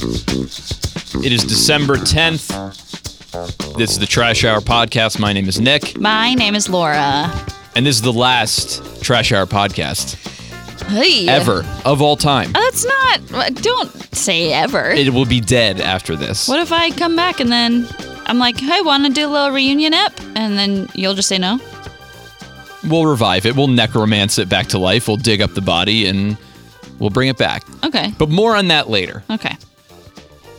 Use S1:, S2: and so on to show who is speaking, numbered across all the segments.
S1: It is December 10th. This is the Trash Hour podcast. My name is Nick,
S2: My name is Laura.
S1: and this is the last Trash Hour podcast
S2: Hey.
S1: ever of all time.
S2: That's Oh, not. Don't say ever.
S1: It will be dead after this.
S2: what if I come back and then I'm like, hey, want to do a little reunion ep? And then you'll just say no?
S1: We'll revive it. We'll necromance it back to life. We'll dig up the body and we'll bring it back.
S2: Okay.
S1: But more on that later.
S2: Okay.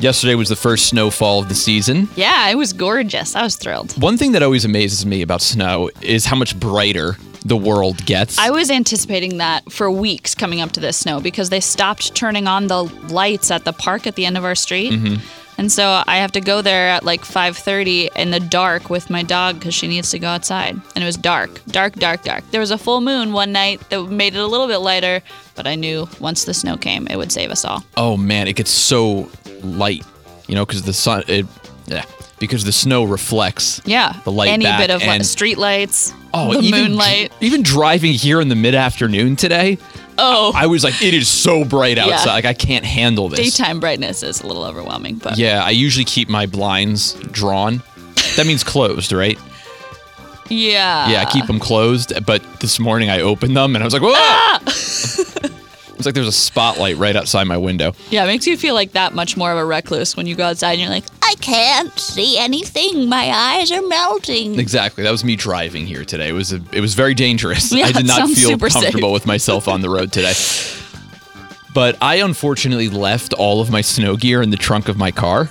S1: Yesterday was the first snowfall of the season.
S2: Yeah, it was gorgeous. I was thrilled.
S1: One thing that always amazes me about snow is how much brighter the world gets.
S2: I was anticipating that for weeks coming up to this snow because they stopped turning on the lights at the park at the end of our street.
S1: Mm-hmm.
S2: And so I have to go there at like 5:30 in the dark with my dog cuz she needs to go outside. And it was dark, dark, dark, dark. There was a full moon one night that made it a little bit lighter, but I knew once the snow came it would save us all.
S1: oh man, it gets so light, you know, because the sun, it, yeah, because the snow reflects.
S2: Yeah.
S1: The light
S2: any
S1: back
S2: bit of like
S1: and-
S2: street lights,
S1: Oh,
S2: the
S1: even,
S2: moonlight.
S1: Even driving here in the mid afternoon today,
S2: Oh,
S1: I was like, it is so bright outside. Like I can't handle this.
S2: daytime brightness is a little overwhelming, but
S1: Yeah, I usually keep my blinds drawn. That means closed, right?
S2: Yeah.
S1: Yeah, I keep them closed. But this morning I opened them and I was like, whoa!
S2: Ah!
S1: it's like there's a spotlight right outside my window.
S2: Yeah, it makes you feel like that much more of a recluse when you go outside and you're like, I can't see anything. My eyes are melting.
S1: Exactly. That was me driving here today. It was a, it was very dangerous.
S2: Yeah,
S1: I did
S2: it
S1: not
S2: sounds
S1: feel
S2: super safe.
S1: comfortable with myself on the road today. But I unfortunately left all of my snow gear in the trunk of my car.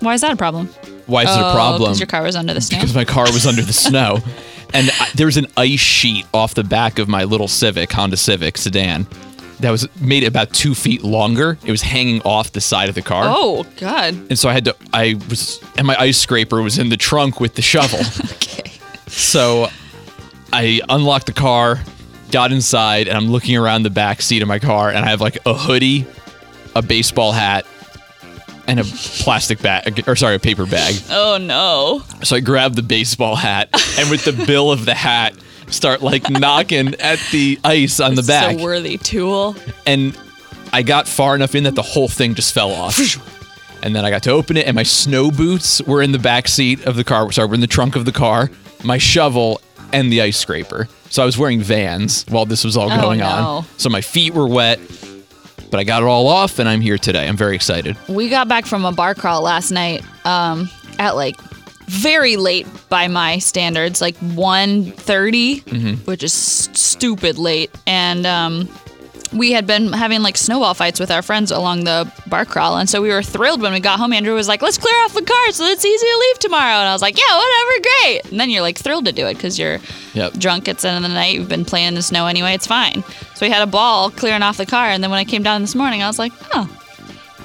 S2: Why is that a problem?
S1: Why is it a problem?
S2: Because Oh, your car was under the snow.
S1: Because my car was under the snow. And I, there was an ice sheet off the back of my little Civic, Honda Civic sedan, that was made it about two feet longer. It was hanging off the side of the car.
S2: oh, God.
S1: And so I had to, I was, and my ice scraper was in the trunk with the shovel.
S2: Okay.
S1: So I unlocked the car, got inside, and I'm looking around the back seat of my car, and I have like a hoodie, a baseball hat, and a plastic bag, or sorry, a paper bag.
S2: Oh, no.
S1: So I grab the baseball hat, and with the bill of the hat, start like knocking at the ice on the back.
S2: It's a worthy tool.
S1: and I got far enough in that the whole thing just fell off. And then I got to open it, and my snow boots were in the back seat of the car. Sorry, were in the trunk of the car. My shovel and the ice scraper. So I was wearing Vans while this was all
S2: Oh,
S1: going
S2: no.
S1: on. So my feet were wet, but I got it all off, and I'm here today. I'm very excited.
S2: We got back from a bar crawl last night um, at like very late by my standards, like 1.30, which is st- stupid late. And um, we had been having like snowball fights with our friends along the bar crawl. And so we were thrilled when we got home. Andrew was like, let's clear off the car so it's easy to leave tomorrow. And I was like, yeah, whatever, great. And then you're like thrilled to do it because you're
S1: Yep.
S2: drunk. It's the end of the night. You've been playing in the snow anyway. It's fine. So we had a ball clearing off the car. And then when I came down this morning, I was like, oh.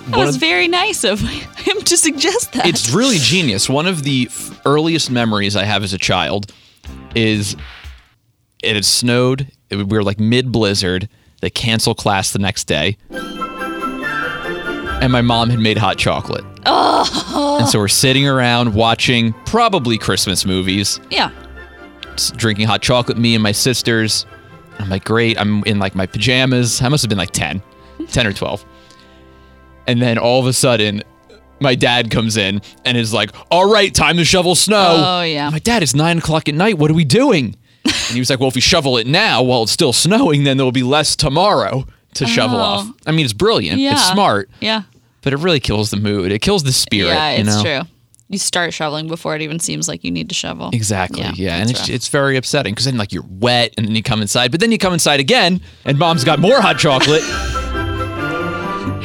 S2: That
S1: One
S2: was
S1: of-
S2: very nice of him to suggest that.
S1: It's really genius. One of the f- earliest memories I have as a child is it had snowed. It, we were like mid blizzard. They cancel class the next day. And my mom had made hot chocolate. Oh. And so we're sitting around watching probably Christmas movies,
S2: yeah.
S1: s- drinking hot chocolate, me and my sisters. I'm like, great. I'm in like my pajamas. I must have been like 10, 10 or 12. And then all of a sudden, my dad comes in and is like, all right, time to shovel snow.
S2: Oh, yeah.
S1: I'm like, dad, it's nine o'clock at night. What are we doing? And he was like, well, if we shovel it now while it's still snowing, then there will be less tomorrow to shovel
S2: Oh.
S1: off. I mean, it's brilliant.
S2: Yeah.
S1: It's smart,
S2: Yeah.
S1: but it really kills the mood. It kills the spirit.
S2: yeah,
S1: you
S2: it's
S1: know?
S2: true. You start shoveling before it even seems like you need to shovel.
S1: Exactly. Yeah, and
S2: that's
S1: it's
S2: rough.
S1: it's very upsetting because then like you're wet, and then you come inside, but then you come inside again, and mom's got more hot chocolate.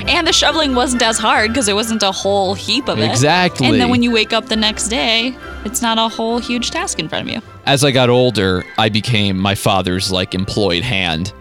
S2: and the shoveling wasn't as hard because it wasn't a whole heap of it.
S1: Exactly.
S2: And then when you wake up the next day, it's not a whole huge task in front of you.
S1: As I got older, I became my father's like employed hand,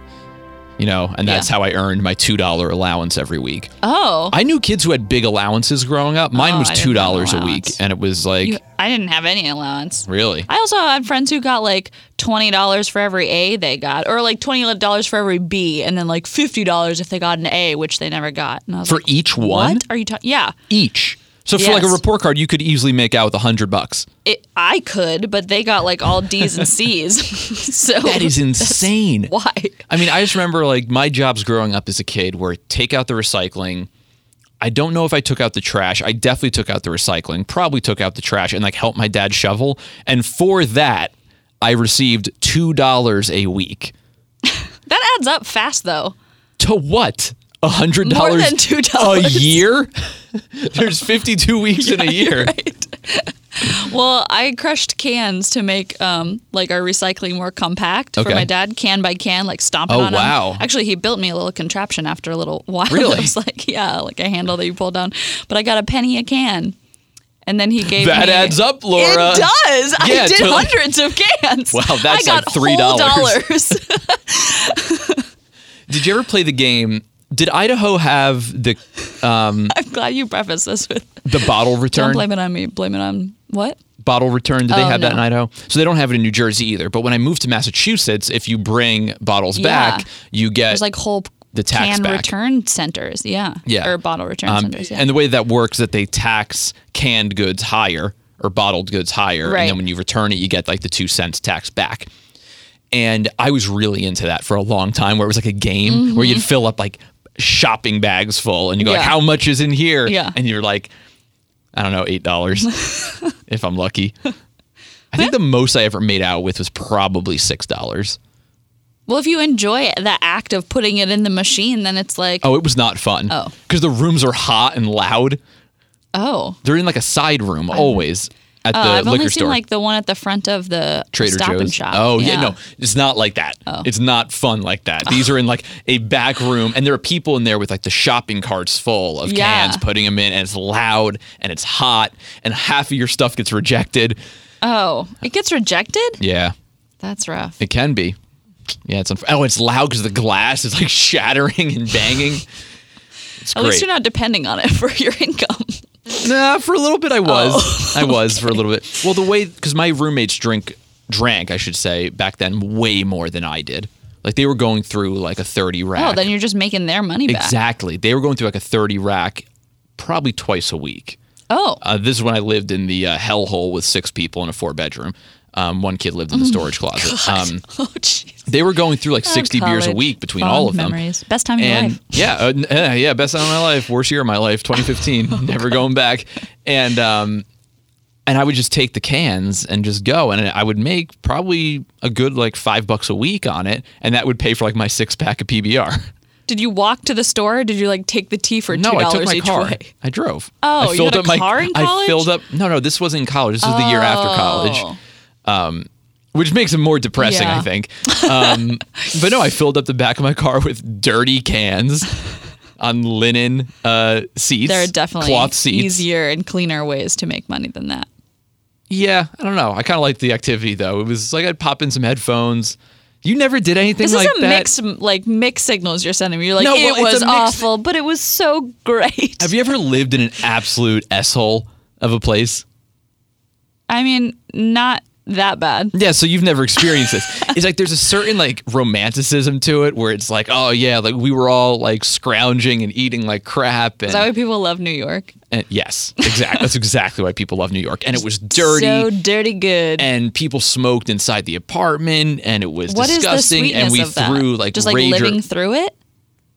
S1: you know, and that's
S2: Yeah.
S1: how I earned my two dollar allowance every week.
S2: Oh,
S1: I knew kids who had big allowances growing up. Mine
S2: Oh,
S1: was
S2: I
S1: two
S2: didn't have an
S1: dollars a week,
S2: allowance.
S1: and it was like
S2: you- I didn't have any allowance.
S1: really.
S2: I also had friends who got like twenty dollars for every A they got, or like twenty dollars for every B, and then like fifty dollars if they got an A, which they never got. And I was
S1: for
S2: like,
S1: each one,
S2: what are you talking? Yeah,
S1: each. So for like a
S2: Yes.
S1: report card, you could easily make out with a hundred bucks.
S2: It, I could, but they got like all D's and C's. so
S1: That is insane.
S2: why.
S1: I mean, I just remember like my jobs growing up as a kid were take out the recycling. I don't know if I took out the trash. I definitely took out the recycling, probably took out the trash and like helped my dad shovel. And for that, I received $2 a week.
S2: That adds up fast though.
S1: To what? A hundred
S2: More
S1: dollars
S2: than $2.
S1: a year? There's 52 weeks in a year.
S2: Well, I crushed cans to make um like our recycling more compact
S1: Okay.
S2: for my dad, can by can, like stomping
S1: Oh,
S2: on 'em.
S1: wow.
S2: Actually, he built me a little contraption after a little while.
S1: Really?
S2: It was like yeah, like a handle that you pull down. But I got a penny a can, and then he gave
S1: That
S2: me-
S1: adds up, Laura.
S2: It does.
S1: Yeah,
S2: I did
S1: totally.
S2: hundreds of cans.
S1: Wow, that's
S2: I got
S1: like $3.
S2: whole dollars.
S1: Did you ever play the game? Did Idaho have the
S2: I'm glad you prefaced this with
S1: the bottle
S2: don't
S1: return?
S2: blame it on me. Blame it on what?
S1: bottle return. Do they
S2: Oh,
S1: have that in
S2: no.
S1: Idaho? So they don't have it in New Jersey either. But when I moved to Massachusetts, if you bring bottles
S2: Yeah.
S1: back, you get
S2: There's like whole
S1: The tax
S2: can
S1: back.
S2: return centers. Yeah.
S1: yeah
S2: Or bottle return
S1: Um,
S2: centers. Yeah.
S1: And the way that works is that they tax canned goods higher or bottled goods higher, and
S2: Right.
S1: then when you return it, you get like the two cents tax back. And I was really into that for a long time, where it was like a game where you'd fill up like shopping bags full, and you go like,
S2: Mm-hmm. Yeah.
S1: "How much is in here?"
S2: Yeah.
S1: and you're like, "I don't know, eight dollars." if I'm lucky. I think the most I ever made out with was probably six dollars.
S2: Well, if you enjoy the act of putting it in the machine, then it's like, oh,
S1: Oh, it was not fun.
S2: Oh.
S1: because the rooms are hot and loud. They're in like a side room always at the
S2: Uh, oh, I've
S1: liquor
S2: only
S1: store.
S2: seen like the one at the front of the
S1: Trader
S2: Stop
S1: Joe's.
S2: and Shop. Oh.
S1: Oh yeah. no, it's not like that. It's not fun like that. These are in like a back room, and there are people in there with like the shopping carts full of
S2: Yeah.
S1: cans, putting them in, and it's loud and it's hot, and half of your stuff gets rejected.
S2: Oh, it gets rejected.
S1: Yeah,
S2: That's rough.
S1: it can be. Yeah, it's unf- oh, it's loud because the glass is like shattering and banging. It's
S2: At
S1: great.
S2: least you're not depending on it for your income.
S1: Nah, for a little bit I was.
S2: Oh.
S1: I was for a little bit. Well, the way because my roommates drink drank, I should say, back then way more than I did. Like they were going through like a thirty rack.
S2: Oh, then you're just making their money back.
S1: exactly. They were going through like a thirty rack, probably twice a week.
S2: Oh,
S1: Uh, this is when I lived in the uh, hellhole with six people in a four bedroom. Um, one kid lived in the storage closet. Um,
S2: oh, jeez.
S1: they were going through like sixty beers a
S2: college.
S1: week between
S2: Fond
S1: all of them.
S2: memories. Best time of your
S1: and
S2: life.
S1: yeah, uh, n- uh, yeah, best time of my life, worst year of my life, 2015, never going back. And um, and I would just take the cans and just go, and I would make probably a good like five bucks a week on it, and that would pay for like my six pack of PBR.
S2: Did you walk to the store? Or did you like take the tea for two
S1: No, I took
S2: dollars
S1: my
S2: each
S1: car.
S2: way?
S1: I drove.
S2: Oh,
S1: I
S2: you
S1: filled
S2: had a
S1: up my
S2: car in
S1: I
S2: college?
S1: filled up. No, no, this was in college. This was the year after college. Um, which makes it more depressing, I
S2: Oh. Yeah.
S1: think. Um, but no, I filled up the back of my car with dirty cans on linen uh, seats.
S2: There are definitely
S1: cloth seats.
S2: easier and cleaner ways to make money than that.
S1: Yeah, I don't know. I kind of liked the activity though. It was like I'd pop in some headphones. You never did anything
S2: This
S1: like
S2: is a
S1: that.
S2: mixed like mixed signals you're sending me. You're like,
S1: No, well,
S2: it
S1: it's a
S2: was
S1: mixed-
S2: awful, but it was so great.
S1: Have you ever lived in an absolute asshole of a place?
S2: I mean, not that bad.
S1: Yeah, so you've never experienced this. It's like there's a certain like romanticism to it where it's like, oh yeah, like we were all like scrounging and eating like crap and,
S2: Is that why people love New York?
S1: and- yes, exactly. That's exactly why people love New York. And it was dirty
S2: So dirty good.
S1: and people smoked inside the apartment and it was
S2: What is the
S1: disgusting
S2: sweetness
S1: and we
S2: of that?
S1: threw like
S2: Just like
S1: rager-
S2: living through it?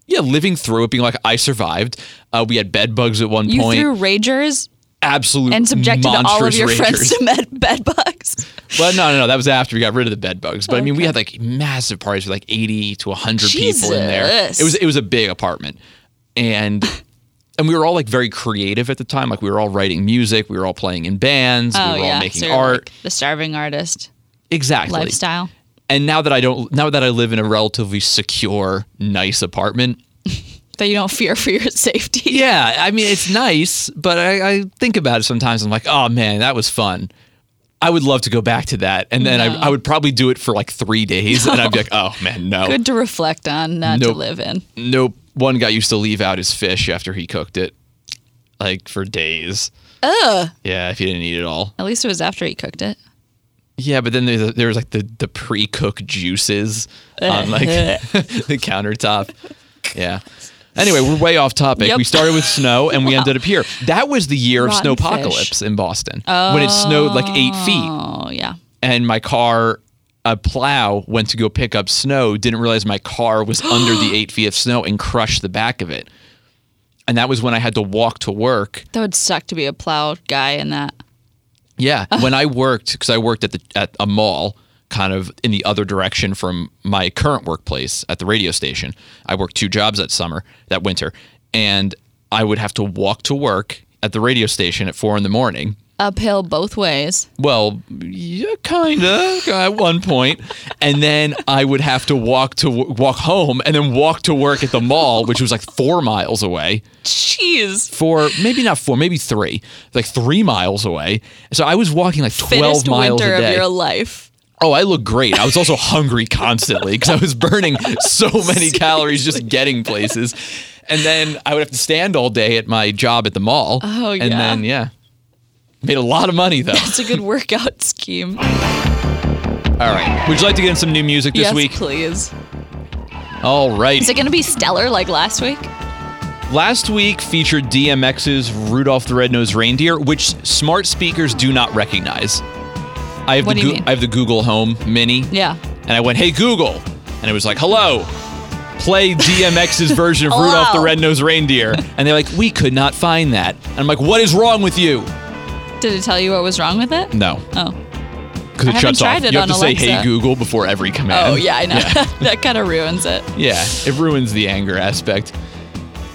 S1: yeah, living through it being like I survived. Uh, we had bed bugs at one
S2: You
S1: point.
S2: threw ragers
S1: Absolute
S2: and subjected all of
S1: monstrous
S2: your
S1: ragers.
S2: friends to med- bed bugs.
S1: Well, no, no, no. That was after we got rid of the bed bugs. But I mean, we
S2: Okay.
S1: had like massive parties with like eighty to hundred people in there. It
S2: Jesus.
S1: was it was a big apartment, and and we were all like very creative at the time. Like we were all writing music, we were all playing in bands, we
S2: oh
S1: were
S2: yeah,
S1: all
S2: So
S1: making
S2: you're
S1: art.
S2: like the starving artist
S1: exactly.
S2: lifestyle.
S1: And now that I don't, now that I live in a relatively secure, nice apartment,
S2: That you don't fear for your safety.
S1: yeah, I mean it's nice, but I, I think about it sometimes. I'm like, oh man, that was fun. I would love to go back to that, and then
S2: No.
S1: I, I would probably do it for like three days, and I'd be like, oh man, no.
S2: Good to reflect on, not
S1: Nope.
S2: to live in.
S1: Nope. One guy used to leave out his fish after he cooked it, like for days. Ugh. Yeah, if he didn't eat it all.
S2: At least it was after he cooked it.
S1: Yeah, but then there's, there was like the, the pre cooked juices on like the countertop. Yeah. Anyway, we're way off topic.
S2: Yep.
S1: We started with snow and we ended up here. That was the year of
S2: Rotten
S1: snowpocalypse in Boston when it snowed like eight feet,
S2: Oh yeah.
S1: and my car, a plow, went to go pick up snow. Didn't realize my car was under the eight feet of snow and crushed the back of it. And that was when I had to walk to work.
S2: That would suck to be a plow guy in that.
S1: Yeah, when I worked because I worked at the at a mall, kind of in the other direction from my current workplace at the radio station. I worked two jobs that summer, that winter, and I would have to walk to work at the radio station at four in the morning.
S2: Uphill both ways.
S1: Well, yeah, kinda at one point, and then I would have to walk to walk home, and then walk to work at the mall, which was like four miles away
S2: Jeez.
S1: for maybe not four, maybe three, like three miles away. So I was walking like twelve
S2: Fittest
S1: miles
S2: winter
S1: a day.
S2: of your life.
S1: Oh, I look great. I was also hungry constantly because I was burning so many calories just getting places. And then I would have to stand all day at my job at the mall.
S2: Oh,
S1: And
S2: yeah.
S1: then, yeah. Made a lot of money, though.
S2: It's a good workout scheme.
S1: all right. Would you like to get in some new music this
S2: yes,
S1: week?
S2: please.
S1: All right.
S2: Is it going to be stellar like last week?
S1: Last week featured DMX's Rudolph the Red-Nosed Reindeer, which smart speakers do not recognize. I have
S2: What
S1: the
S2: do you mean?
S1: I have the Google Home Mini.
S2: Yeah.
S1: And I went, hey, Google. And it was like, hello, play DMX's version of Rudolph the
S2: Hello.
S1: Red-Nosed Reindeer. And they're like, we could not find that. And I'm like, what is wrong with you?
S2: Did it tell you what was wrong with it?
S1: No, because
S2: Oh. I
S1: it
S2: haven't
S1: shuts off.
S2: tried it
S1: you have
S2: on
S1: to say, hey,
S2: Alexa.
S1: Google before every command.
S2: Oh, yeah, I know. that kind of ruins it.
S1: Yeah, it ruins the anger aspect.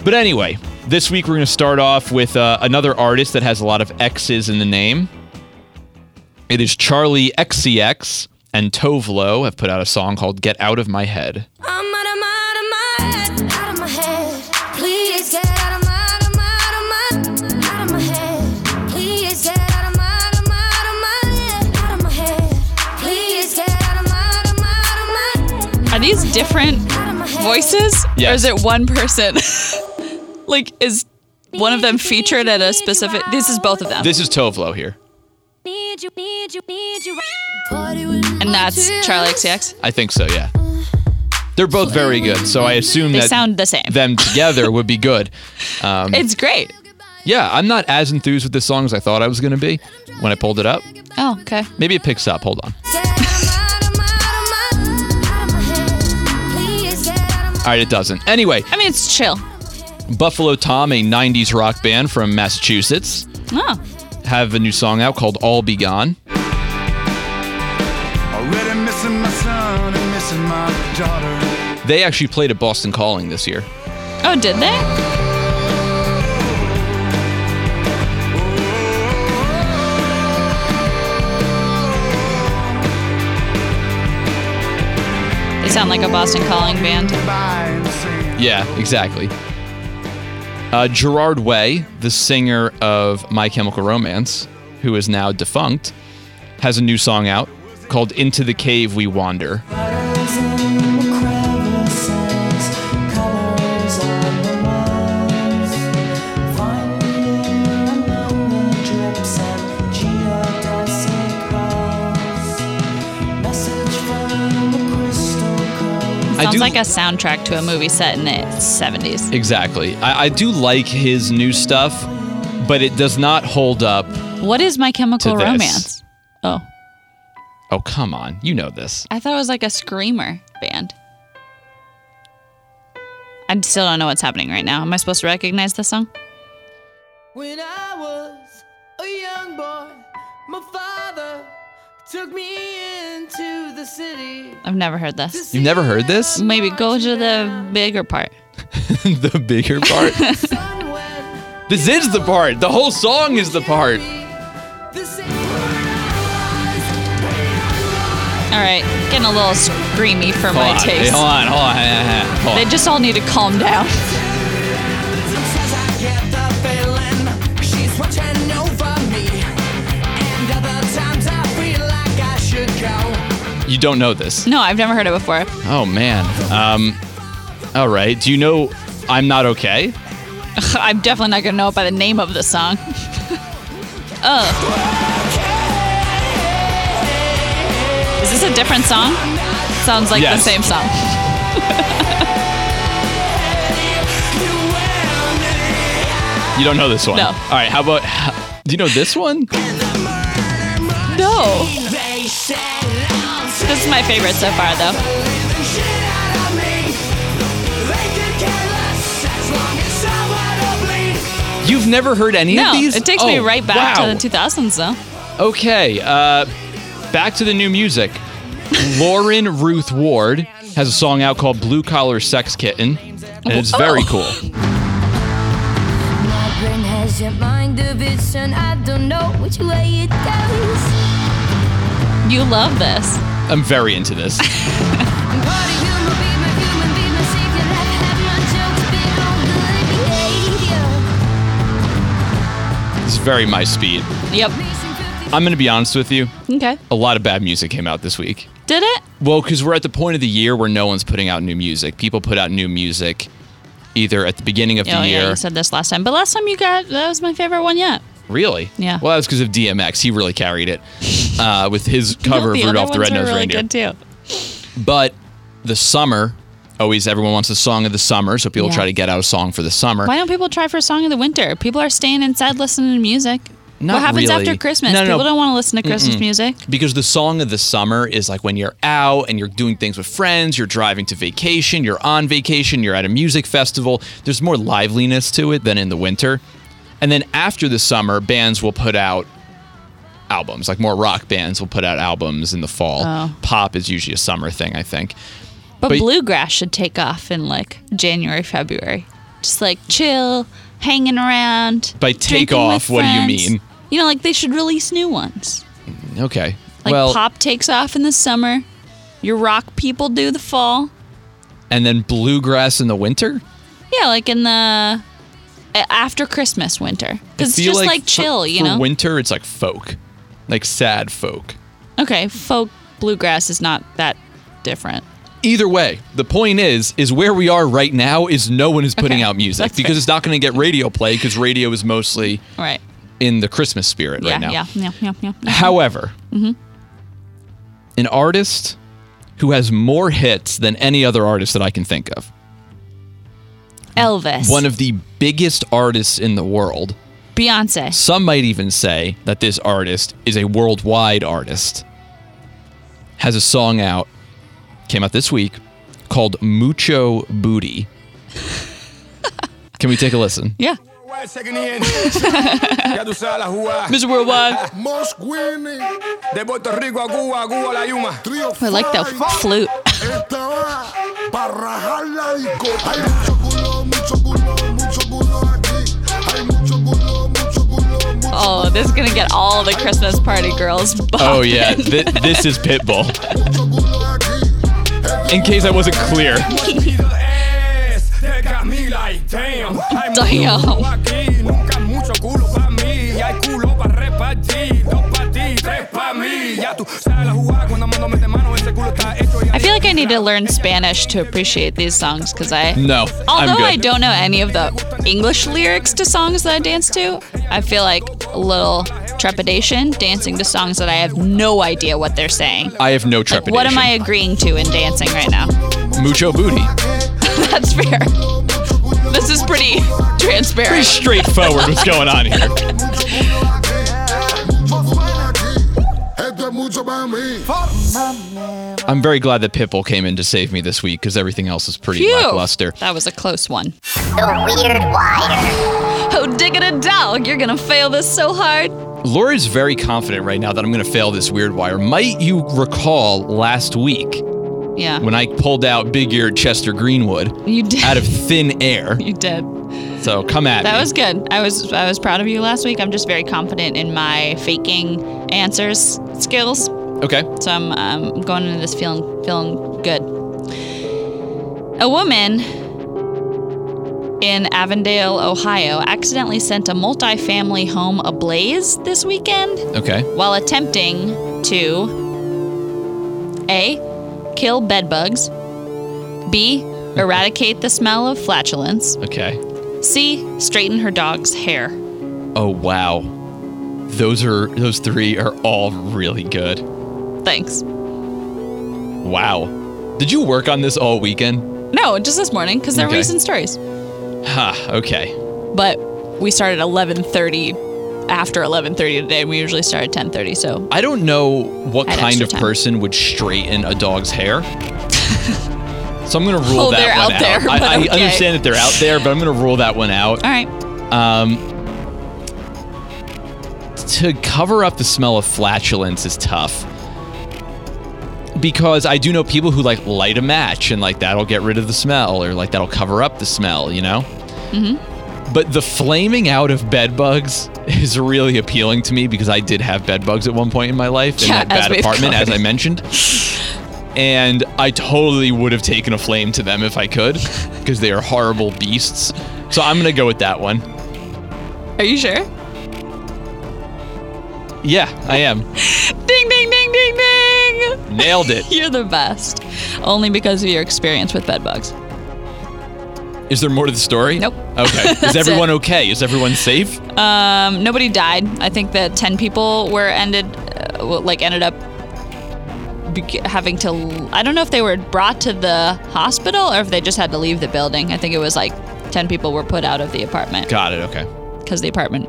S1: But anyway, this week we're going to start off with uh, another artist that has a lot of X's in the name. It is Charlie XCX and Tovlo have put out a song called Get Out of My Head.
S3: I'm out of my, out of my head, out of my head. Please get out of my, out of my, out of my, out of my head. Please get out of my, out of my, out of my head, out of my head. Please get out of my, out of my, out of my,
S2: Are these different
S3: out of my head.
S2: voices? Or
S1: Yes.
S2: is it one person? like, is one of them featured at a specific. This is both of them.
S1: This is Tovlo here.
S3: Need you, need you, need you. Party with
S2: and that's
S3: my
S2: Charlie
S3: tears.
S2: XCX.
S1: I think so, yeah. They're both very good, so I assume
S2: They
S1: that
S2: sound the same.
S1: them together would be good. Um,
S2: It's great.
S1: yeah, I'm not as enthused with this song as I thought I was going to be when I pulled it up.
S2: Oh, okay.
S1: Maybe it picks up. Hold on.
S3: Get out of my, out of my, out of my, out of my head. Please get out of
S1: All right, it doesn't. Anyway,
S2: I mean, it's chill.
S1: Buffalo Tom, a 90s rock band from Massachusetts,
S2: Oh.
S1: have a new song out called All Be Gone.
S4: Already missing my son and missing my daughter.
S1: They actually played at Boston Calling this year.
S2: Oh, did they? They sound like a Boston Calling band.
S4: Goodbye and saying
S1: Yeah, exactly. Uh, Gerard Way, the singer of My Chemical Romance, who is now defunct, has a new song out called Into the Cave We Wander. I
S2: Sounds
S1: do-
S2: like a soundtrack to a movie set in the 70s.
S1: Exactly. I, I do like his new stuff, but it does not hold up.
S2: What is My Chemical
S1: To this.
S2: Romance? Oh,
S1: Oh, come on. You know this.
S2: I thought it was like a screamer band. I still don't know what's happening right now. Am I supposed to recognize this song?
S5: When I was a young boy, my father took me into the city.
S2: I've never heard this.
S1: You've never heard this?
S2: Maybe go to the bigger part.
S1: the bigger part.
S5: Somewhere
S1: This is the part. The whole song is the part.
S5: the same
S2: All right, getting a little screamy for my
S1: Hold on. Hey,
S2: taste.
S1: hold on, hold on, hold on, hold
S2: They
S1: on.
S2: just all need to calm down.
S5: Sometimes I get the feeling she's watching over me. And other times I feel like I should go.
S1: You don't know this.
S2: No, I've never heard it before.
S1: Oh man. Um. All right. Do you know I'm not okay?
S2: I'm definitely not gonna know it by the name of the song. Oh. Ugh. Is this a different song? Sounds like
S1: Yes.
S2: the same song.
S5: You
S1: You don't know this one.
S2: No.
S1: All right. How about? Do you know this one?
S2: No.
S5: They said I'll see
S2: This is my favorite so far, though.
S5: living shit out of me. They could care less as long as someone to bleed.
S1: You've never heard any
S2: No,
S1: of these?
S2: it takes me
S1: Oh,
S2: right back
S1: wow.
S2: to the 2000s, though.
S1: Okay, uh, back to the new music. Lauren Ruth Ward has a song out called Blue Collar Sex Kitten, and it's very
S2: Oh.
S1: cool.
S3: My brain has your mind division. I don't know which way it goes.
S2: You love this.
S1: I'm very into this.
S3: Party humor, be my human, be my savior. Laugh, have my jokes, be on good behavior.
S1: It's very my speed.
S2: Yep.
S1: I'm going to be honest with you.
S2: Okay.
S1: A lot of bad music came out this week.
S2: Did it? Oh,
S1: Well, because we're at the point of the year where no one's putting out new music. People put out new music either at the beginning of
S2: Oh,
S1: the year.
S2: yeah, you said this last time. But last time you got, that was my favorite one yet.
S1: Really?
S2: Yeah.
S1: Well, that's because of DMX. He really carried it uh, with his cover
S2: the
S1: of
S2: other
S1: Rudolph the
S2: ones
S1: Red-Nosed
S2: were really
S1: Reindeer.
S2: good, too.
S1: But the summer, always everyone wants a song of the summer, so people
S2: Yeah.
S1: try to get out a song for the summer.
S2: Why don't people try for a song of the winter? People are staying inside listening to music.
S1: Not
S2: what happens
S1: really.
S2: after Christmas?
S1: No, no, no.
S2: people don't want to listen to Christmas music.
S1: Because the song of the summer is like when you're out and you're doing things with friends, you're driving to vacation, you're on vacation, you're at a music festival. There's more liveliness to it than in the winter. And then after the summer, bands will put out albums. Like more rock bands will put out albums in the fall.
S2: Oh.
S1: Pop is usually a summer thing, I think.
S2: But,
S1: But-
S2: bluegrass should take off in like January, February. Just like chill, hanging around.
S1: By take
S2: drinking with
S1: off, what do you
S2: friends.
S1: mean?
S2: You know, like they should release new ones.
S1: Okay.
S2: Like
S1: well,
S2: pop takes off in the summer. Your rock people do the fall.
S1: and then bluegrass in the winter?
S2: Yeah, like in the a- after Christmas winter.
S1: I
S2: Because it's
S1: feel
S2: just like,
S1: for-
S2: chill, you
S1: for
S2: know?
S1: winter, it's like folk, like sad folk.
S2: okay, folk bluegrass is not that different.
S1: Either way, the point is, is where we are right now is no one is putting
S2: Okay,
S1: out music
S2: that's
S1: because
S2: fair.
S1: it's not going to get radio play because radio is mostly
S2: All right.
S1: in the Christmas spirit
S2: yeah,
S1: right now.
S2: yeah, Mm-hmm. yeah, yeah, yeah, yeah.
S1: However, an artist who has more hits than any other artist that I can think of,
S2: Elvis.
S1: one of the biggest artists in the world.
S2: Beyonce.
S1: Some might even say that this artist is a worldwide artist. Has a song out, came out this week, called Mucho Booty. Can we take a listen?
S2: Yeah.
S6: Second hand. Ya tú sabes la jugada.
S2: Mr. Worldwide.
S6: Mosquini. De Puerto Rico a Cuba, a Cuba a la Yuma.
S2: I like the flute.
S7: Esta va para rajar la disco. Hay mucho culo, mucho culo, mucho culo aquí. Hay mucho culo, mucho culo, mucho
S2: Oh, this is gonna get all the Christmas party girls. Bopping.
S1: Oh, yeah. Th- this is Pitbull.
S7: culo aquí.
S1: In case I wasn't clear.
S6: Pido es de Camila y damn. Hay
S2: Damn.
S6: mucho culo aquí, nunca mucho culo pa' mí. Y hay culo pa' repartir. Dos pa' ti, tres pa' mí. Ya tú sabes la jugada cuando mando mete mano. Ese culo está hecho y
S2: I feel like I need to learn Spanish to appreciate these songs because I.
S1: No, I'm
S2: Although
S1: good.
S2: I don't know any of the English lyrics to songs that I dance to, I feel like a little trepidation dancing to songs that I have no idea what they're saying.
S1: I have no trepidation.
S2: What am I agreeing to in dancing right now?
S1: Mucho Booty.
S2: That's fair. This is pretty
S1: Pretty
S2: transparent.
S1: straightforward what's going on here.
S7: Mucho fuera aquí. Esto es mucho para mí.
S1: I'm very glad that Pitbull came in to save me this week because everything else is pretty
S2: Phew.
S1: lackluster.
S2: That was a close one.
S8: The Weird Wire.
S2: Oh, digging a dog, you're gonna fail this so hard.
S1: Laura's very confident right now that I'm going to fail this weird wire. Might you recall last week
S2: Yeah.
S1: when I pulled out big eared Chester Greenwood
S2: you did.
S1: out of thin air?
S2: you did.
S1: So come at
S2: That
S1: me.
S2: was good. I was I was proud of you last week. I'm just very confident in my faking answers skills.
S1: okay.
S2: So I'm um, going into this feeling feeling good. A woman in Avondale, Ohio, accidentally sent a multi-family home ablaze this weekend
S1: Okay.
S2: while attempting to A. Kill bedbugs, B. Eradicate the smell of flatulence,
S1: Okay.
S2: C. Straighten her dog's hair.
S1: Oh wow. Those are those three are all really good.
S2: Thanks.
S1: Wow. Did you work on this all weekend?
S2: No, just this morning because they're
S1: Okay.
S2: recent stories.
S1: Ha. Okay.
S2: But we started at 11:30 after 11:30 today. We usually start at 10:30, so
S1: I don't know what
S2: Add
S1: kind
S2: extra
S1: of
S2: time.
S1: person would straighten a dog's hair. so I'm gonna rule
S2: Oh,
S1: that
S2: they're
S1: one
S2: out there, but
S1: I,
S2: okay.
S1: I understand that they're out there, but I'm gonna rule that one out.
S2: all right.
S1: To cover up the smell of flatulence is tough. Because I do know people who like light a match and like that'll get rid of the smell or like that'll cover up the smell, you know? Mm-hmm. But the flaming out of bed bugs is really appealing to me because I did have bed bugs at one point in my life in
S2: Yeah,
S1: that
S2: as
S1: bad
S2: we've
S1: apartment, as I
S2: covered.
S1: mentioned. and I totally would have taken a flame to them if I could, because they are horrible beasts. So I'm gonna go with that one.
S2: Are you sure?
S1: Yeah, I am.
S2: Ding ding ding ding ding.
S1: Nailed it.
S2: You're the best. Only because of your experience with bed bugs.
S1: Is there more to the story?
S2: Nope.
S1: Okay. Is
S2: That's
S1: everyone
S2: it.
S1: okay? Is everyone safe?
S2: Um, nobody died. I think that 10 people were ended, uh, well, like ended up be- having to. l- I don't know if they were brought to the hospital or if they just had to leave the building. I think it was like 10 people were put out of the apartment
S1: Got it. Okay.
S2: because the apartment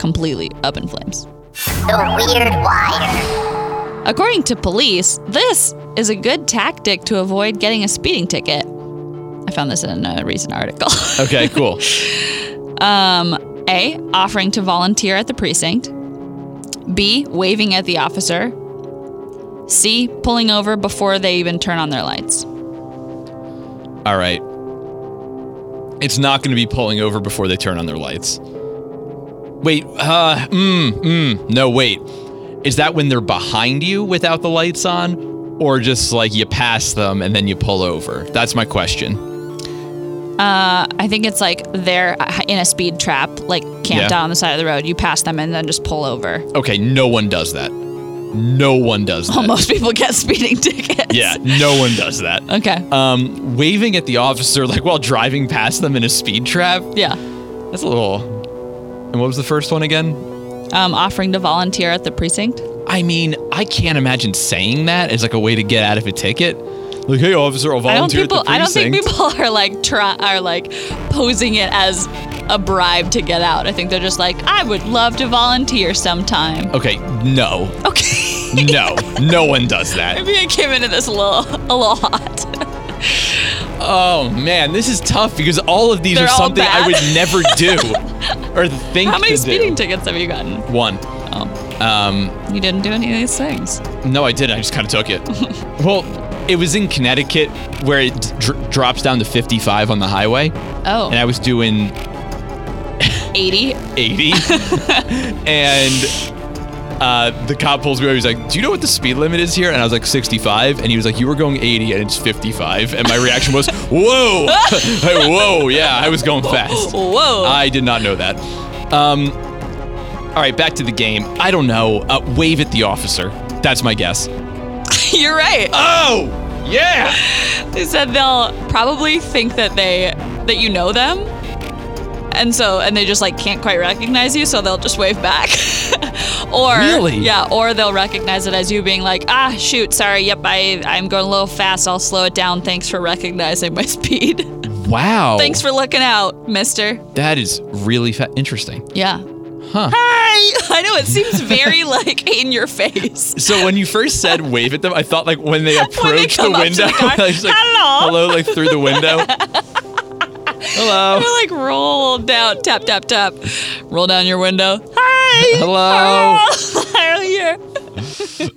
S2: completely up in flames.
S8: The Weird Wire.
S2: According to police, this is a good tactic to avoid getting a speeding ticket. I found this in a recent article.
S1: Okay. Cool.
S2: A. Offering to volunteer at the precinct. B. Waving at the officer. C. Pulling over before they even turn on their lights.
S1: All right. It's not going to be pulling over before they turn on their lights. Wait. Uh. Mm. Mm. No. Wait. Is that when they're behind you without the lights on, or just like you pass them and then you pull over? That's my question.
S2: I think it's like they're in a speed trap, like camped
S1: Yeah.
S2: out on the side of the road. You pass them and then just pull over.
S1: Okay. No one does that. No one does that.
S2: Well, most people get speeding tickets.
S1: Yeah. No one does that.
S2: Okay.
S1: um, waving at the officer like while driving past them in a speed trap.
S2: yeah.
S1: That's a little. And what was the first one again?
S2: Um, offering to volunteer at the precinct.
S1: I mean, I can't imagine saying that as like a way to get out of a ticket. Like, hey, officer, I'll
S2: I don't
S1: volunteer
S2: people.
S1: at the
S2: I don't
S1: precinct.
S2: think people are like try are like posing it as a bribe to get out. I think they're just like, I would love to volunteer sometime.
S1: Okay, no,
S2: Okay.
S1: no, no one does that.
S2: Maybe I came into this a little a little hot.
S1: Oh man, this is tough because all of these
S2: They're
S1: are
S2: all
S1: something I
S2: bad.
S1: would never do or think
S2: How many
S1: to
S2: speeding
S1: do.
S2: tickets have you gotten?
S1: One.
S2: Oh,
S1: Um,
S2: you didn't do any of these things.
S1: No, I did. I just kind of took it. well, it was in Connecticut where it dr- drops down to 55 on the highway, and I
S2: Oh,
S1: was doing
S2: 80?
S1: 80. and uh, the cop pulls me over. He's like, Do you know what the speed limit is here? And I was like, 65. And he was like, You were going 80, and it's 55. And my reaction was, Whoa! Hey, whoa! Yeah, I was going fast.
S2: Whoa.
S1: I did not know that. Um, all right, back to the game. I don't know. Uh, wave at the officer. That's my guess.
S2: You're right.
S1: Oh! Yeah!
S2: They said they'll probably think that they that you know them. And so and they just like can't quite recognize you, so they'll just wave back. or
S1: Really?
S2: yeah, or they'll recognize it as you being like, "Ah, shoot, sorry. Yep, I I'm going a little fast. I'll slow it down. Thanks for recognizing my speed.
S1: Wow.
S2: Thanks for looking out, mister."
S1: that is really fa- interesting.
S2: Yeah.
S1: Huh.
S2: Hi! I know it seems very like in your face.
S1: So when you first said wave at them, I thought like when they approached
S2: come
S1: the
S2: up to the
S1: window,
S2: car,
S1: I was like,
S2: "Hello."
S1: hello, like through the window. hello,
S2: I like roll down, tap tap tap, roll down your window. Hi.
S1: hello. All
S2: Hello. here.
S8: The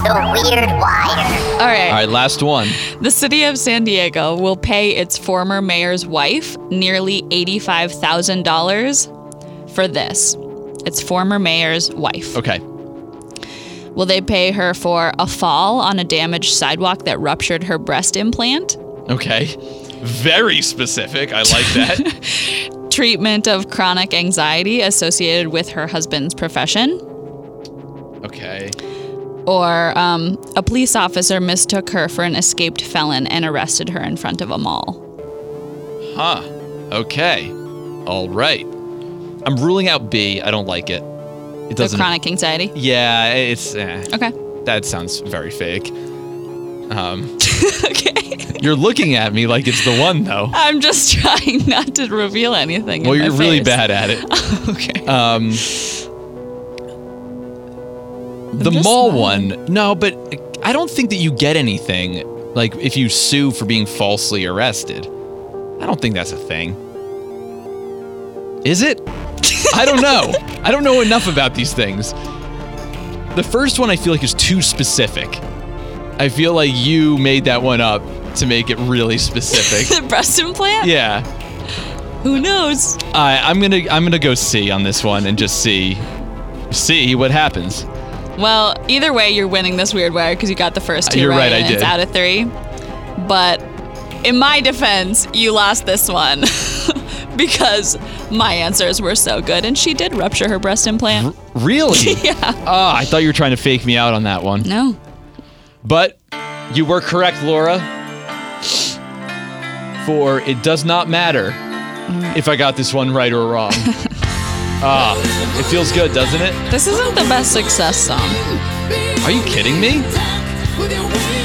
S8: Weird Wire.
S2: All right.
S1: right, last one.
S2: The city of San Diego will pay its former mayor's wife nearly $85,000 for this. Its former mayor's wife.
S1: Okay,
S2: Will they pay her for a fall on a damaged sidewalk that ruptured her breast implant?
S1: okay, very specific. I like that.
S2: Treatment of chronic anxiety associated with her husband's profession?
S1: okay,
S2: Or um, a police officer mistook her for an escaped felon and arrested her in front of a mall?
S1: huh? Okay, all right. I'm ruling out B. I don't like it. It
S2: The
S1: doesn't.
S2: chronic anxiety?
S1: Yeah, it's. Eh,
S2: Okay.
S1: That sounds very fake.
S2: okay.
S1: You're looking at me like it's the one though.
S2: I'm just trying not to reveal anything. in
S1: Well,
S2: my
S1: you're really
S2: face.
S1: bad at it.
S2: Okay.
S1: Um, the
S2: just
S1: mall
S2: smiling.
S1: one, no, but I don't think that you get anything like if you sue for being falsely arrested. I don't think that's a thing. Is it? I don't know. I don't know enough about these things. The first one I feel like is too specific. I feel like you made that one up to make it really specific.
S2: the breast implant?
S1: yeah.
S2: Who knows?
S1: I I'm gonna I'm gonna go see on this one and just see see what happens.
S2: Well, either way, you're winning this weird wire because you got the first two
S1: You're
S2: right.
S1: right, I
S2: and
S1: did.
S2: It's out of three. But in my defense, you lost this one because my answers were so good, and she did rupture her breast implant.
S1: Really?
S2: yeah.
S1: Oh, I thought you were trying to fake me out on that one.
S2: No.
S1: But you were correct, Laura. For it does not matter
S2: Mm.
S1: if I got this one right or wrong. Ah, it feels good, doesn't it?
S2: This isn't the best success song.
S1: Are you kidding me?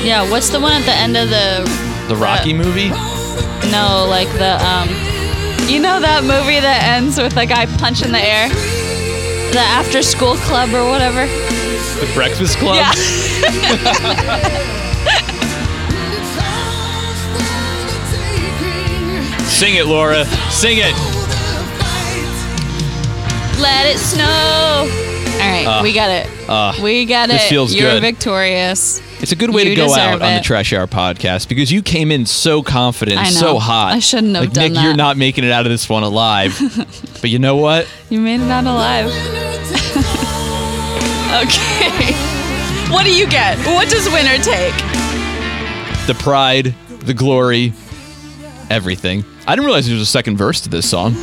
S2: Yeah. What's the one at the end of the
S1: The Rocky movie?
S2: No, like the um you know that movie that ends with a guy punching the air? The after school club or whatever?
S1: The Breakfast Club?
S2: Yeah.
S1: Sing it, Laura. Sing it.
S2: Let it snow. All right, we got it. we got
S1: Uh, this
S2: it.
S1: feels
S2: You're
S1: good.
S2: victorious.
S1: It's a good way
S2: You
S1: to go
S2: deserve
S1: out on the
S2: it.
S1: Trash Hour podcast because you came in so confident,
S2: I know.
S1: so hot.
S2: I shouldn't have
S1: like,
S2: done
S1: Nick, you're
S2: that.
S1: not making it out of this one alive. but you know what?
S2: You made it out alive. okay. What do you get? What does winner take?
S1: The pride, the glory, everything. I didn't realize there was a second verse to this song.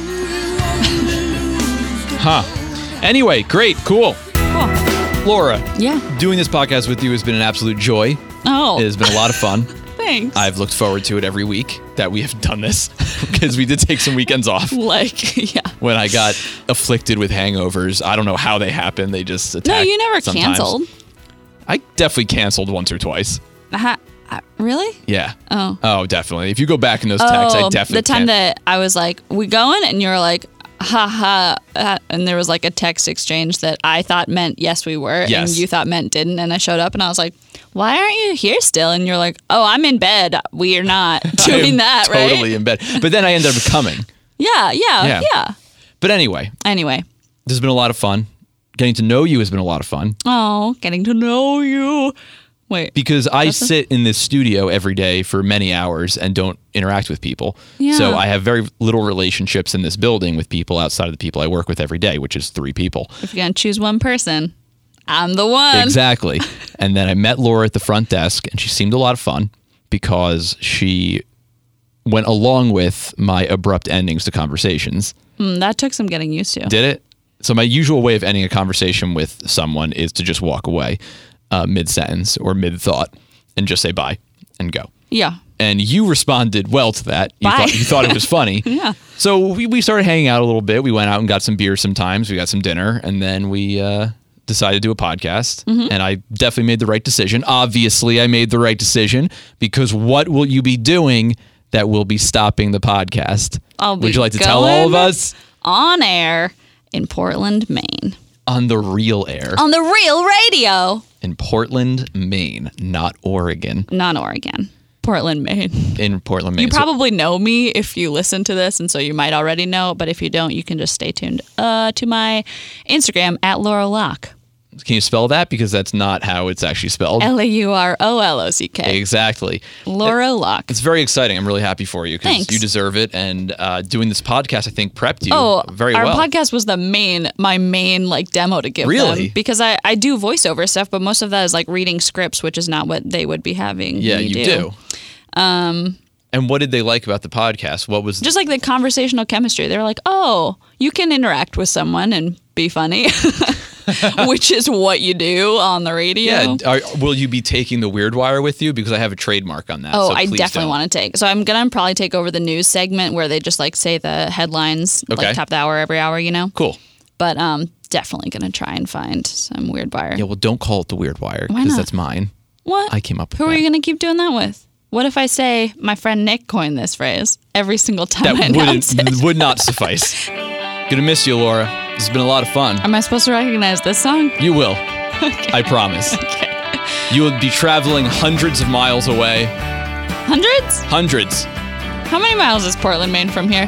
S1: huh. Anyway, great, cool. Laura,
S2: Yeah.
S1: doing this podcast with you has been an absolute joy.
S2: Oh,
S1: It has been a lot of fun.
S2: thanks.
S1: I've looked forward to it every week that we have done this because we did take some weekends off.
S2: like, yeah.
S1: when I got afflicted with hangovers. I don't know how they happen. They just attack.
S2: No, you never
S1: sometimes.
S2: canceled.
S1: I definitely canceled once or twice.
S2: Ha- uh, really?
S1: Yeah.
S2: Oh.
S1: Oh, definitely. If you go back in those texts, I definitely
S2: the time
S1: can-
S2: that I was like, "We going?" and you were like, "Ha ha," uh," and there was like a text exchange that I thought meant yes, we were,
S1: Yes.
S2: and you thought meant didn't, and I showed up and I was like, "Why aren't you here still?" and you're like, "Oh, I'm in bed. We are not
S1: I am
S2: doing that,
S1: totally
S2: right?"
S1: in bed. But then I ended up coming.
S2: Yeah, yeah,
S1: Yeah.
S2: yeah,
S1: But anyway,
S2: Anyway,
S1: this has been a lot of fun. Getting to know you has been a lot of fun
S2: oh, getting to know you. Wait,
S1: because I sit in this studio every day for many hours and don't interact with people. So
S2: Yeah.
S1: I have very little relationships in this building with people outside of the people I work with every day, which is three people.
S2: if you're gonna choose one person, I'm the one.
S1: Exactly. and then I met Laura at the front desk, and she seemed a lot of fun because she went along with my abrupt endings to conversations.
S2: Mm, that took some getting used to.
S1: Did it? So my usual way of ending a conversation with someone is to just walk away uh, mid sentence or mid thought and just say bye and go.
S2: yeah,
S1: And you responded well to that. You
S2: Bye.
S1: thought you thought it was funny.
S2: Yeah.
S1: So we, we started hanging out a little bit. We went out and got some beer sometimes. We got some dinner and then we uh, decided to do a podcast.
S2: Mm-hmm.
S1: And I definitely made the right decision. Obviously, I made the right decision because what will you be doing that will be stopping the podcast?
S2: I'll be
S1: Would you like to tell all of
S2: going-
S1: us
S2: on air in Portland, Maine.
S1: on the real air
S2: on the real radio.
S1: in Portland, Maine, not Oregon,
S2: Not Oregon, Portland, Maine.
S1: in Portland, Maine?
S2: You
S1: So-
S2: probably know me if you listen to this, and so you might already know. But if you don't, you can just stay tuned uh, to my Instagram at Laura Locke.
S1: can you spell that because that's not how it's actually spelled?
S2: L A U R O L O C K.
S1: exactly.
S2: Laura Locke.
S1: It's very exciting. I'm really happy for you because
S2: Thanks.
S1: you deserve it. And uh, doing this podcast, I think, prepped you
S2: Oh,
S1: very
S2: our
S1: well.
S2: podcast was the main, my main like demo to give
S1: Really?
S2: them because I I do voiceover stuff, but most of that is like reading scripts, which is not what they would be having.
S1: yeah,
S2: me
S1: you do. Um, and what did they like about the podcast? What was
S2: Um, just like the conversational chemistry. They're like, oh, you can interact with someone and be funny, which is what you do on the radio.
S1: yeah? Are, will you be taking the Weird Wire with you? Because I have a trademark on that.
S2: Oh,
S1: so
S2: I
S1: please
S2: definitely
S1: don't.
S2: want to take. So I'm gonna probably take over the news segment where they just like say the headlines
S1: Okay.
S2: like top of the hour every hour, you know.
S1: Cool.
S2: But um, definitely gonna try and find some weird wire.
S1: Yeah, well, don't call it the Weird Wire because
S2: not?
S1: that's mine.
S2: What?
S1: I came up with
S2: Who are
S1: that.
S2: you going to keep doing that with? What if I say my friend Nick coined this phrase every single time I
S1: That
S2: announce it?
S1: wouldn't would not suffice. Gonna miss you, Laura. This has been a lot of fun.
S2: Am I supposed to recognize this song?
S1: You will. I promise. You will be traveling hundreds of miles away.
S2: Hundreds?
S1: Hundreds.
S2: How many miles is Portland, Maine from here?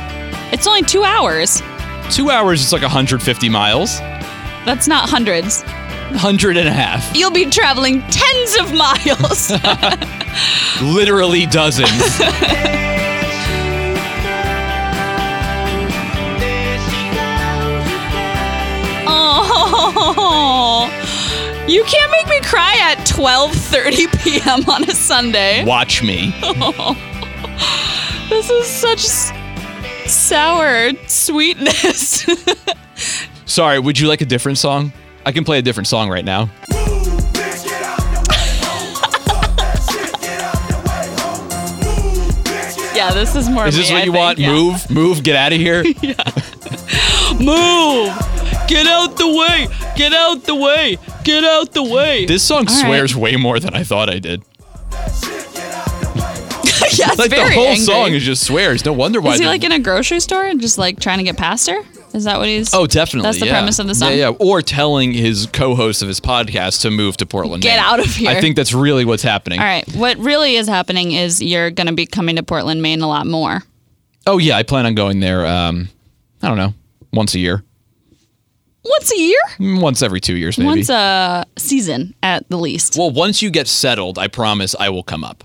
S2: It's only two hours.
S1: Two hours is like 150 miles.
S2: That's not hundreds.
S1: 100 and a half.
S2: You'll be traveling tens of miles.
S1: Literally dozens.
S2: oh, you can't make me cry at 12:30 p.m. on a Sunday.
S1: Watch me.
S2: This is such s- sour sweetness.
S1: Sorry, would you like a different song? I can play a different song right now.
S2: yeah, this is more.
S1: Is
S2: me,
S1: this what
S2: I
S1: you
S2: think,
S1: want?
S2: yeah.
S1: Move, move, get out of here.
S2: Move! Get out the way! Get out the way! Get out the way!
S1: This song
S2: right.
S1: swears way more than I thought I did.
S2: yeah, it's
S1: Like
S2: very
S1: the whole
S2: angry.
S1: song is just swears. No wonder why.
S2: Is he
S1: the-
S2: like in a grocery store and just like trying to get past her? Is that what he's?
S1: Oh, definitely.
S2: That's the
S1: yeah.
S2: premise of the song.
S1: Yeah, yeah. Or telling his co-host of his podcast to move to Portland.
S2: Get
S1: Maine.
S2: out of here.
S1: I think that's really what's happening.
S2: All right. What really is happening is you're going to be coming to Portland, Maine a lot more.
S1: Oh yeah, I plan on going there. Um, I don't know, once a year,
S2: Once a year?
S1: Mm, once every two years, maybe.
S2: Once a season at the least.
S1: well, once you get settled, I promise I will come up.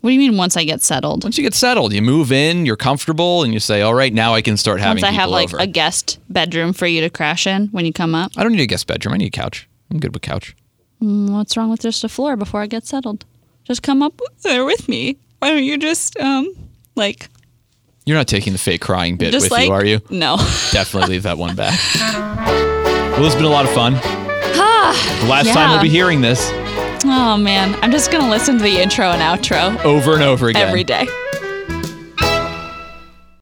S2: What do you mean once I get settled?
S1: Once you get settled, you move in, you're comfortable, and you say, "All right, now I can start having
S2: Once I have
S1: people
S2: like
S1: over."
S2: a guest bedroom for you to crash in when you come up.
S1: I don't need a guest bedroom. I need a couch. I'm good with couch.
S2: What's wrong with just a floor before I get settled? Just come up there with me. Why don't you just um like
S1: You're not taking the fake crying bit
S2: just
S1: with
S2: like
S1: you, are you?
S2: No.
S1: Definitely leave that one back. Well, it's been a lot of fun. the last time
S2: yeah.
S1: we'll be hearing this
S2: Oh man, I'm just gonna listen to the intro and outro
S1: over and over again.
S2: every day.